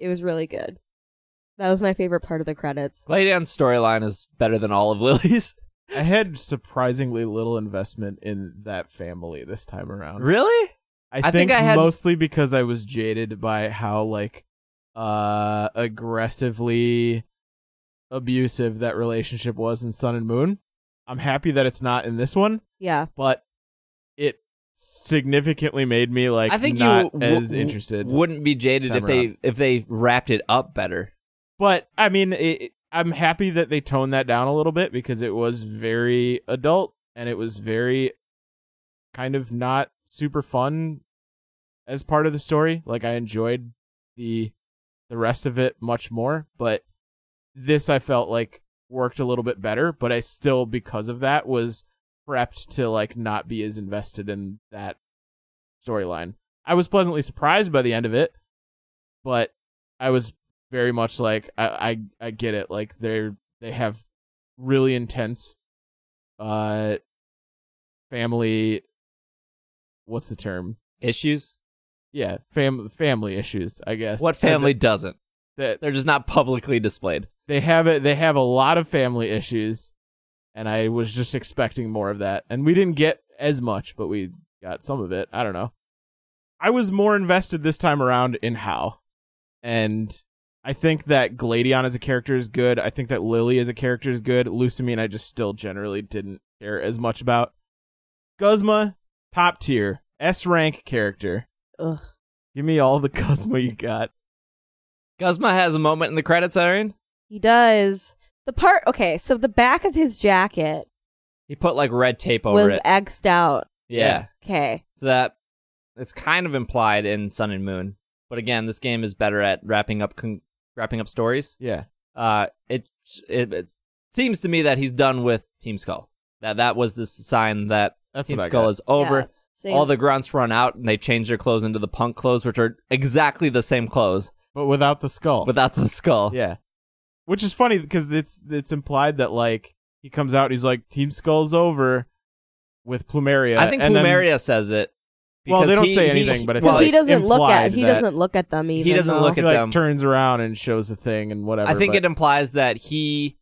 S2: it was really good. That was my favorite part of the credits.
S3: Gladion's storyline is better than all of Lily's.
S1: I had surprisingly little investment in that family this time around.
S3: really?
S1: I,
S3: think I had-
S1: mostly because I was jaded by how like uh aggressively abusive that relationship was in Sun and Moon. I'm happy that it's not in this one,
S2: Yeah,
S1: but it significantly made me like
S3: I think
S1: not
S3: you
S1: as
S3: w-
S1: interested.
S3: Wouldn't be jaded
S1: Time
S3: if they if they wrapped it up better.
S1: but I mean, it, it- I'm happy that they toned that down a little bit because it was very adult and it was very kind of not super fun as part of the story. Like I enjoyed the the rest of it much more, but this I felt like worked a little bit better, but I still because of that was prepped to like not be as invested in that storyline. I was pleasantly surprised by the end of it, but I was very much like I I, I get it. Like they're they have really intense uh family what's the term?
S3: Issues?
S1: Yeah, fam family issues, I guess.
S3: What family doesn't?
S1: that
S3: They're just not publicly displayed.
S1: they have it they have a lot of family issues and I was just expecting more of that. And we didn't get as much, but we got some of it. I don't know. I was more invested this time around in how. And I think that Gladion as a character is good. I think that Lily as a character is good. Lucamine I just still generally didn't care as much about. Guzma, top tier. S rank character.
S2: Ugh.
S1: Give me all the Guzma you got.
S3: Guzma has a moment in the credits, Irene.
S2: he does. The part okay, so the back of his jacket
S3: He put like red tape over
S2: was
S3: it.
S2: X'd out.
S3: yeah.
S1: Yeah.
S2: Okay.
S3: So that it's kind of implied in Sun and Moon. But again, this game is better at wrapping up con- wrapping up stories.
S1: Yeah.
S3: Uh it, it it seems to me that he's done with Team Skull. That that was the sign that
S1: That's
S3: Team
S1: what I
S3: Skull
S1: got.
S3: is over.
S2: Yeah, same.
S3: All the grunts run out and they change their clothes into the punk clothes, which are exactly the same clothes
S1: But without the skull.
S3: without the skull.
S1: Yeah. Which is funny because it's it's implied that like he comes out and he's like Team Skull's over with Plumeria.
S3: I think
S1: and then-
S3: Plumeria says it.
S1: Well, they
S3: because
S1: don't
S3: he-
S1: say
S3: he-
S1: anything, but it's
S2: Because
S1: like
S2: he doesn't look at
S1: implied
S2: he
S1: that-
S2: doesn't look at them even.
S3: doesn't
S2: though.
S3: look
S1: he
S3: at
S1: like
S3: them.
S1: turns around and shows the thing and whatever.
S3: I think
S1: but
S3: it implies that he.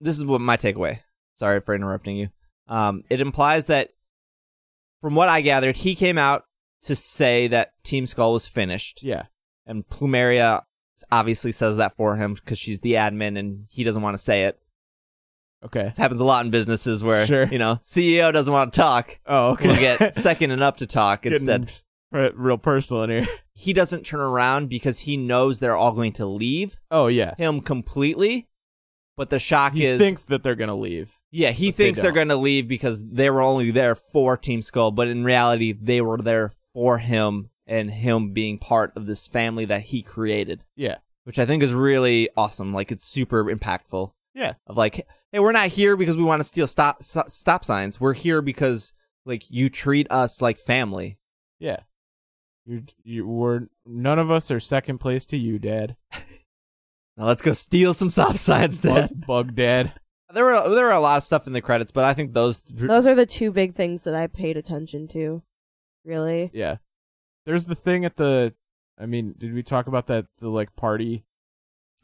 S3: This is what my takeaway. Sorry for interrupting you. Um, it implies that, from what I gathered, he came out to say that Team Skull was finished,
S1: yeah,
S3: and Plumeria obviously says that for him because she's the admin and he doesn't want to say it.
S1: okay.
S3: This happens a lot in businesses where
S1: Sure.
S3: you know CEO E doesn't want to talk.
S1: Oh, okay.
S3: We'll get second and up to talk
S1: Getting
S3: instead.
S1: Re- Real personal in here.
S3: He doesn't turn around because he knows they're all going to leave
S1: Oh yeah,
S3: him completely. But the shock
S1: he
S3: is,
S1: thinks that they're gonna leave.
S3: yeah, he
S1: but they
S3: thinks they are
S1: don't.
S3: going to leave because they were only there for Team Skull, but in reality, they were there for him and him being part of this family that he created.
S1: Yeah.
S3: which I think is really awesome. Like it's super impactful.
S1: Yeah.
S3: Of like, hey, we're not here because we want to steal stop so- stop signs. We're here because like you treat us like family.
S1: Yeah. You're, you we're none of us are second place to you, Dad.
S3: Now let's go steal some stop signs, Dad.
S1: Bug, bug Dad.
S3: There were there were a lot of stuff in the credits, but I think those
S1: Uh,
S2: Those are the two big things that I paid attention to. Really?
S1: Yeah. There's the thing at the. I mean, did we talk about that the like party?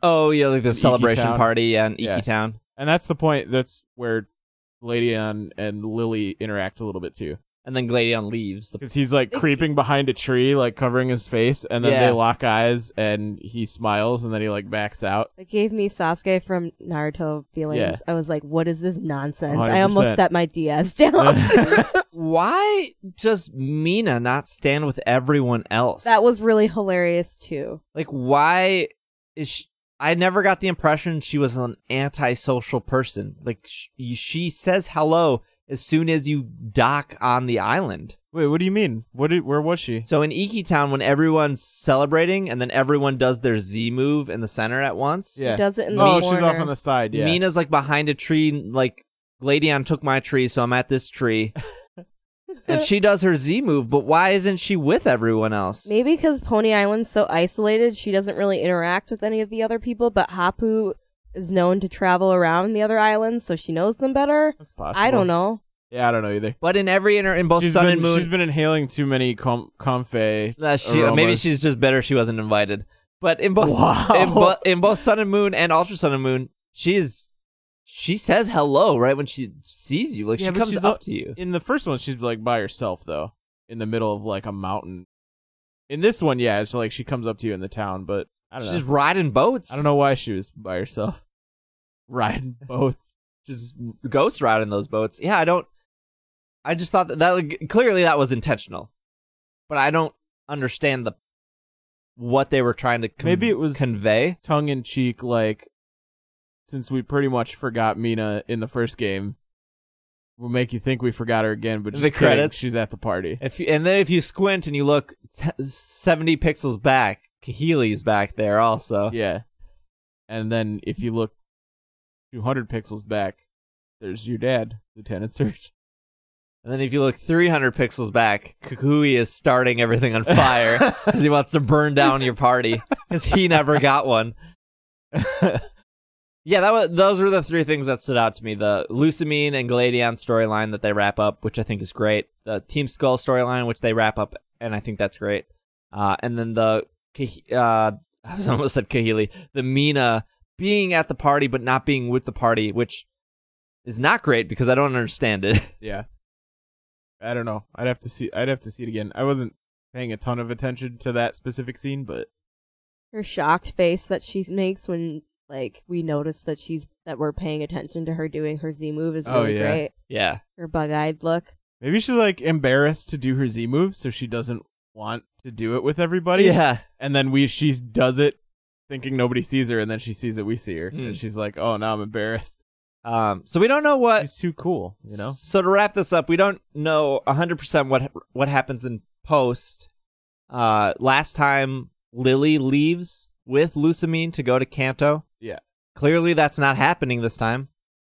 S3: oh yeah, like the
S1: Iki
S3: celebration
S1: Town.
S3: party and Iki
S1: Yeah.
S3: Town.
S1: And that's the point. That's where Lady and and Lily interact a little bit too,
S3: And then Gladion leaves. The,
S1: because he's like
S2: Think-
S1: creeping behind a tree, like covering his face, and then
S3: Yeah.
S1: they lock eyes, and he smiles, and then he like backs out.
S2: It gave me Sasuke from Naruto feelings.
S1: Yeah.
S2: I was like, what is this nonsense? I
S1: 100%.
S2: almost set my DS down.
S3: why does Mina not stand with everyone else?
S2: that was really hilarious, too.
S3: Like, why is she? I never got the impression she was an antisocial person. Like, sh- she says hello as soon as you dock on the island.
S1: Wait, what do you mean? What? Did, where was she?
S3: So in Iki Town, when everyone's celebrating and then everyone does their Z move in the center at once,
S2: She
S1: Yeah.
S2: does it in the
S1: oh,
S2: corner.
S1: she's off on the side. Yeah.
S3: Mina's like behind a tree, like Gladion took my tree, so I'm at this tree, and she does her Z move. But why isn't she with everyone else?
S2: Maybe because Pony Island's so isolated, she doesn't really interact with any of the other people, but Hapu is known to travel around the other islands, so she knows them better.
S1: That's possible.
S2: I don't know.
S1: Yeah, I don't know either.
S3: But in every inter- in both
S1: She's
S3: Sun
S1: been,
S3: and Moon,
S1: She's been inhaling too many com- comfey.
S3: Uh, she, uh, maybe
S1: aromas.
S3: she's just bitter she wasn't invited. But in both
S1: Wow.
S3: in, bo- in both Sun and Moon and Ultra Sun and Moon, she's she says hello right when she sees you. Like
S1: Yeah,
S3: she
S1: but
S3: comes
S1: she's
S3: up
S1: al-
S3: to you.
S1: In the first one, she's like by herself though, in the middle of like a mountain. In this one, yeah, it's like she comes up to you in the town, but I don't
S3: She's
S1: know.
S3: riding boats.
S1: I don't know why she was by herself, riding boats.
S3: She's ghost riding those boats. Yeah, I don't. I just thought that that like, clearly that was intentional, but I don't understand the what they were trying to con-
S1: Maybe it was-
S3: convey.
S1: tongue in cheek, like since we pretty much forgot Mina in the first game, we'll make you think we forgot her again. But
S3: The
S1: just kidding,
S3: credits.
S1: she's at the party.
S3: If you, and then if you squint and you look t- seventy pixels back, Kahili's back there also.
S1: Yeah, and then if you look 200 pixels back, there's your dad, Lieutenant Surge.
S3: And then if you look 300 pixels back, Kukui is starting everything on fire because he wants to burn down your party because he never got one. yeah, that was, those were the three things that stood out to me: the Lucamine and Gladion storyline that they wrap up, which I think is great; the Team Skull storyline, which they wrap up, and I think that's great; uh, and then the Kah- uh, I was almost said Kahili, the Mina being at the party but not being with the party, which is not great because I don't understand it.
S1: Yeah. I don't know. I'd have to see. I'd have to see it again. I wasn't paying a ton of attention to that specific scene, but
S2: Her shocked face that she makes when like we notice that she's that we're paying attention to her doing her Z move is
S1: Oh,
S2: really
S1: yeah.
S2: great.
S3: yeah.
S2: Her bug eyed look.
S1: maybe she's like embarrassed to do her Z move, so she doesn't want to do it with everybody.
S3: Yeah.
S1: And then we she does it, thinking nobody sees her, and then she sees that we see her,
S3: Mm.
S1: and she's like, "Oh, now I'm embarrassed."
S3: Um, so we don't know what.
S1: She's too cool, you know.
S3: So to wrap this up, we don't know 100% what what happens in post. Uh, last time Lily leaves with Lucamine to go to Kanto.
S1: Yeah.
S3: Clearly that's not happening this time.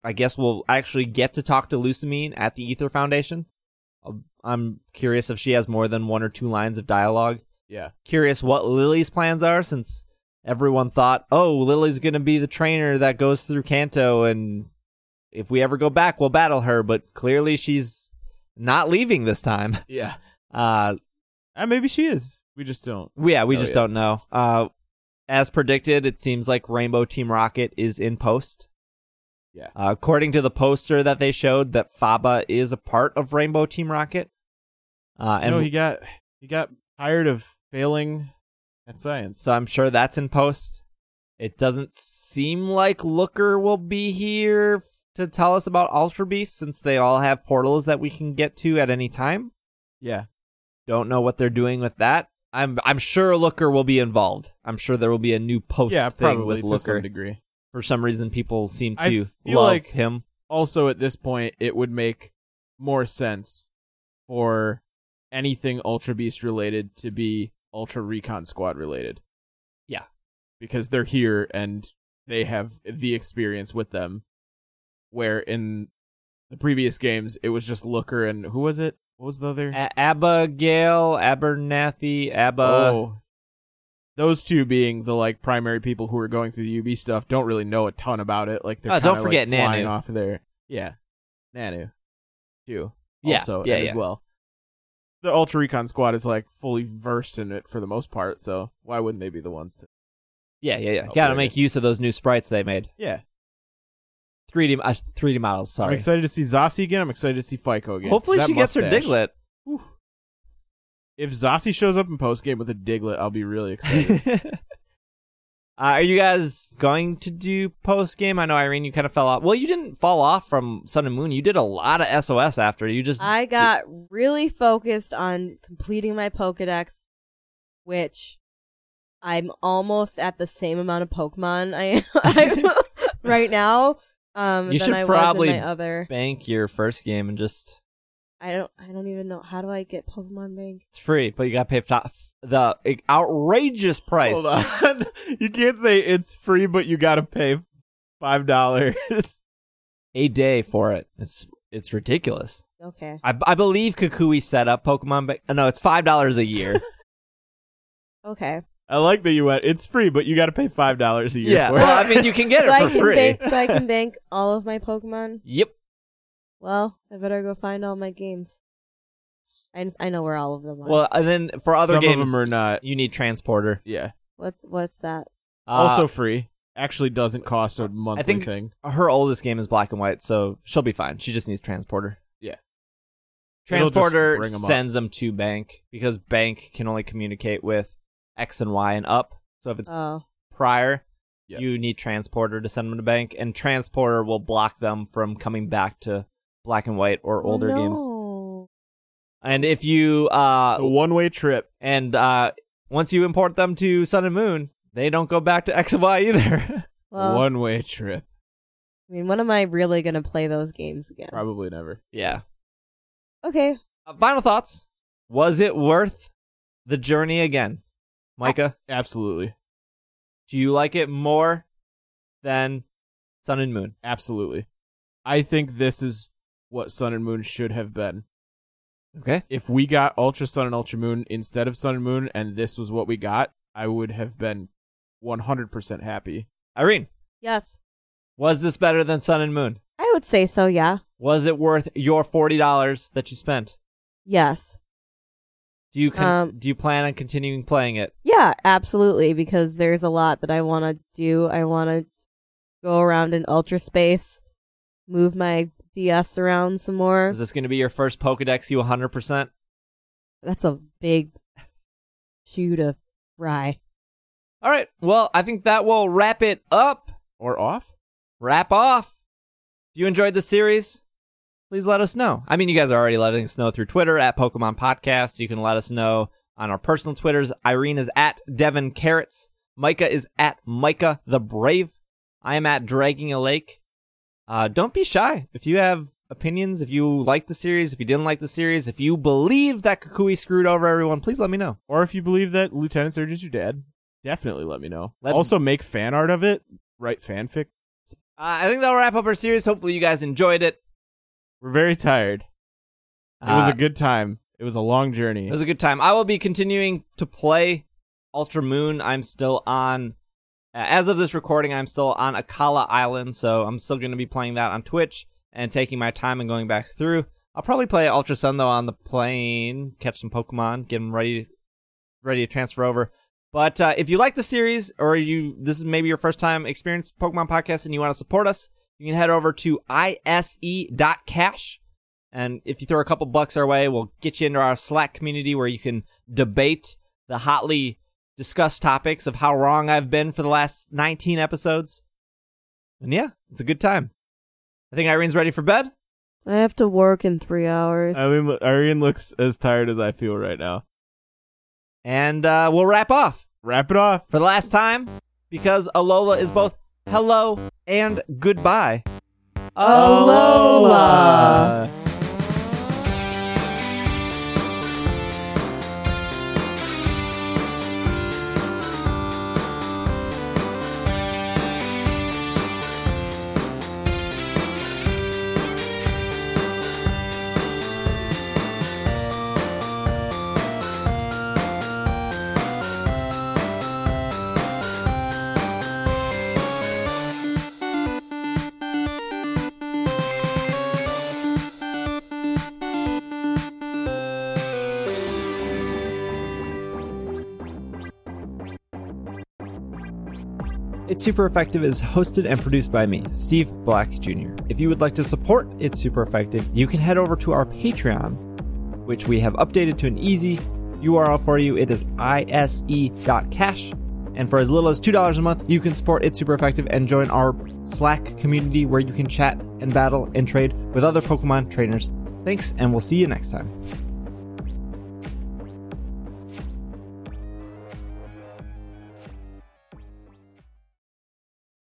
S3: I guess we'll actually get to talk to Lucamine at the Ether Foundation. Um, I'm curious if she has more than one or two lines of dialogue.
S1: Yeah.
S3: Curious what Lily's plans are since everyone thought, "Oh, Lily's going to be the trainer that goes through Kanto and if we ever go back, we'll battle her, but clearly she's not leaving this time.
S1: Yeah.
S3: Uh,
S1: Uh, maybe she is. We just don't.
S3: yeah, we
S1: Oh,
S3: just
S1: yeah.
S3: don't know. Uh, as predicted, it seems like Rainbow Team Rocket is in post.
S1: Yeah.
S3: Uh, according to the poster that they showed, that Faba is a part of Rainbow Team Rocket. Uh,
S1: I
S3: and
S1: know he got he got tired of failing at science.
S3: so I'm sure that's in post. It doesn't seem like Looker will be here f- to tell us about Ultra Beast since they all have portals that we can get to at any time.
S1: Yeah.
S3: Don't know what they're doing with that. I'm I'm sure Looker will be involved. I'm sure there will be a new post
S1: yeah,
S3: thing
S1: probably
S3: with
S1: to
S3: Looker.
S1: some degree.
S3: For some reason, people seem
S1: I
S3: to
S1: feel
S3: love
S1: like-
S3: him.
S1: Also, at this point, it would make more sense for anything Ultra Beast related to be Ultra Recon Squad related.
S3: Yeah.
S1: because they're here and they have the experience with them. Where in the previous games, it was just Looker and who was it? What was the other?
S3: A- Abigail, Abernathy, Abba.
S1: oh. Those two being the like primary people who are going through the UB stuff don't really know a ton about it. Like they're
S3: Oh, don't
S1: kinda,
S3: forget
S1: like, flying
S3: Nanu.
S1: off of their yeah, Nanu, too.
S3: Yeah,
S1: also
S3: yeah,
S1: and
S3: yeah.
S1: as well. The Ultra Recon Squad is like fully versed in it for the most part, so why wouldn't they be the ones to?
S3: yeah, yeah, yeah.
S1: Oh,
S3: Got to
S1: wait.
S3: make use of those new sprites they made.
S1: Yeah,
S3: 3D, uh, 3D models.
S1: I'm
S3: Sorry.
S1: excited to see Zossi again. I'm excited to see Fico again.
S3: Hopefully,
S1: That
S3: she gets her
S1: mustache.
S3: Diglett.
S1: If Zossi shows up in post game with a Diglett, I'll be really excited.
S3: uh, are you guys going to do post game? I know Irene, you kind of fell off. Well, you didn't fall off from Sun and Moon. You did a lot of SOS after. You just
S2: I got really focused on completing my Pokedex, which I'm almost at the same amount of Pokemon I am I'm right now. Um,
S3: You
S2: than
S3: should
S2: I
S3: probably-
S2: was in my other.
S3: bank your first game and just
S2: I don't. I don't even know how do I get Pokemon Bank.
S3: it's free, but you got to pay top the outrageous price.
S1: Hold on. you can't say it's free, but you gotta pay five dollars.
S3: a day for it. It's it's ridiculous.
S2: Okay.
S3: I, I believe Kakui set up Pokemon. Ba- no, it's five dollars a year.
S2: Okay.
S1: I like that you went. It's free, but you gotta pay five dollars a year
S3: yeah,
S1: for it.
S3: well, I mean, you can get
S2: so I
S3: it for
S2: can
S3: free.
S2: bank. So I can bank all of my Pokemon.
S3: Yep.
S2: Well, I better go find all my games. I I know where all of them are.
S3: Well, and then for other
S1: Some
S3: games,
S1: of them are not.
S3: you need transporter.
S1: Yeah.
S2: what's what's that?
S3: Uh,
S1: also free. Actually, doesn't cost a monthly
S3: think-
S1: thing.
S3: her oldest game is black and white, so she'll be fine. She just needs transporter.
S1: Yeah. It'll just
S3: Transporter
S1: bring 'em up.
S3: sends them to bank because bank can only communicate with X and Y and up. So if it's
S2: Oh,
S3: prior,
S1: Yeah.
S3: you need transporter to send them to bank, and transporter will block them from coming back to black and white or older games.
S2: no.
S3: And if you uh
S1: A one-way trip.
S3: and uh once you import them to Sun and Moon, they don't go back to X and Y either.
S2: Well,
S1: one-way trip.
S2: I mean, when am I really gonna play those games again?
S1: Probably never.
S3: yeah.
S2: Okay.
S3: Uh, final thoughts. Was it worth the journey again? Micah,
S1: Absolutely.
S3: do you like it more than Sun and Moon?
S1: Absolutely. I think this is what Sun and Moon should have been.
S3: Okay.
S1: If we got Ultra Sun and Ultra Moon instead of Sun and Moon, and this was what we got, I would have been 100% happy.
S3: Irene,
S2: Yes,
S3: was this better than Sun and Moon?
S2: I would say so. Yeah.
S3: Was it worth your $40 that you spent?
S2: Yes.
S3: Do you con-
S2: Um,
S3: do you plan on continuing playing it?
S2: Yeah. Absolutely. Because there's a lot that I want to do. I want to go around in ultra space, move my DS around some more.
S3: Is this going to be your first Pokédex you 100%?
S2: That's a big shoe to fry.
S3: All right. Well, I think that will wrap it up.
S1: Or off?
S3: wrap off. If you enjoyed the series, please let us know. I mean, you guys are already letting us know through Twitter at Pokemon Podcast. You can let us know on our personal Twitters. Irene is at Devin Carrots. Micah is at Micah the Brave. I am at Dragging a Lake. Uh, don't be shy. If you have opinions, if you like the series, if you didn't like the series, if you believe that Kakui screwed over everyone, please let me know.
S1: Or if you believe that Lieutenant Surge is your dad, definitely let me know.
S3: Let-
S1: also, make fan art of it. Write fanfic.
S3: Uh, I think that'll wrap up our series. Hopefully, you guys enjoyed it.
S1: We're very tired. It was
S3: Uh,
S1: a good time. It was a long journey.
S3: It was a good time. I will be continuing to play Ultra Moon. I'm still on, uh, as of this recording, I'm still on Akala Island, so I'm still going to be playing that on Twitch and taking my time and going back through. I'll probably play Ultra Sun though on the plane, catch some Pokemon, get them ready, ready to transfer over. But uh, if you like the series, or you this is maybe your first time experience Pokemon podcast, and you want to support us, you can head over to E ise.cash. And if you throw a couple bucks our way, we'll get you into our Slack community where you can debate the hotly discussed topics of how wrong I've been for the last 19 episodes. And yeah, it's a good time. I think Irene's ready for bed.
S2: I have to work in three hours.
S4: Irene, Irene looks as tired as I feel right now.
S3: And uh, we'll wrap off
S4: Wrap it off.
S3: for the last time because Alola is both hello and goodbye.
S2: Alola.
S3: It's Super Effective is hosted and produced by me, Steve Black Jr. If you would like to support It's Super Effective, you can head over to our Patreon, which we have updated to an easy URL for you. It is ise.cash. And for as little as $2 a month, you can support It's Super Effective and join our Slack community where you can chat and battle and trade with other Pokemon trainers. Thanks, and we'll see you next time.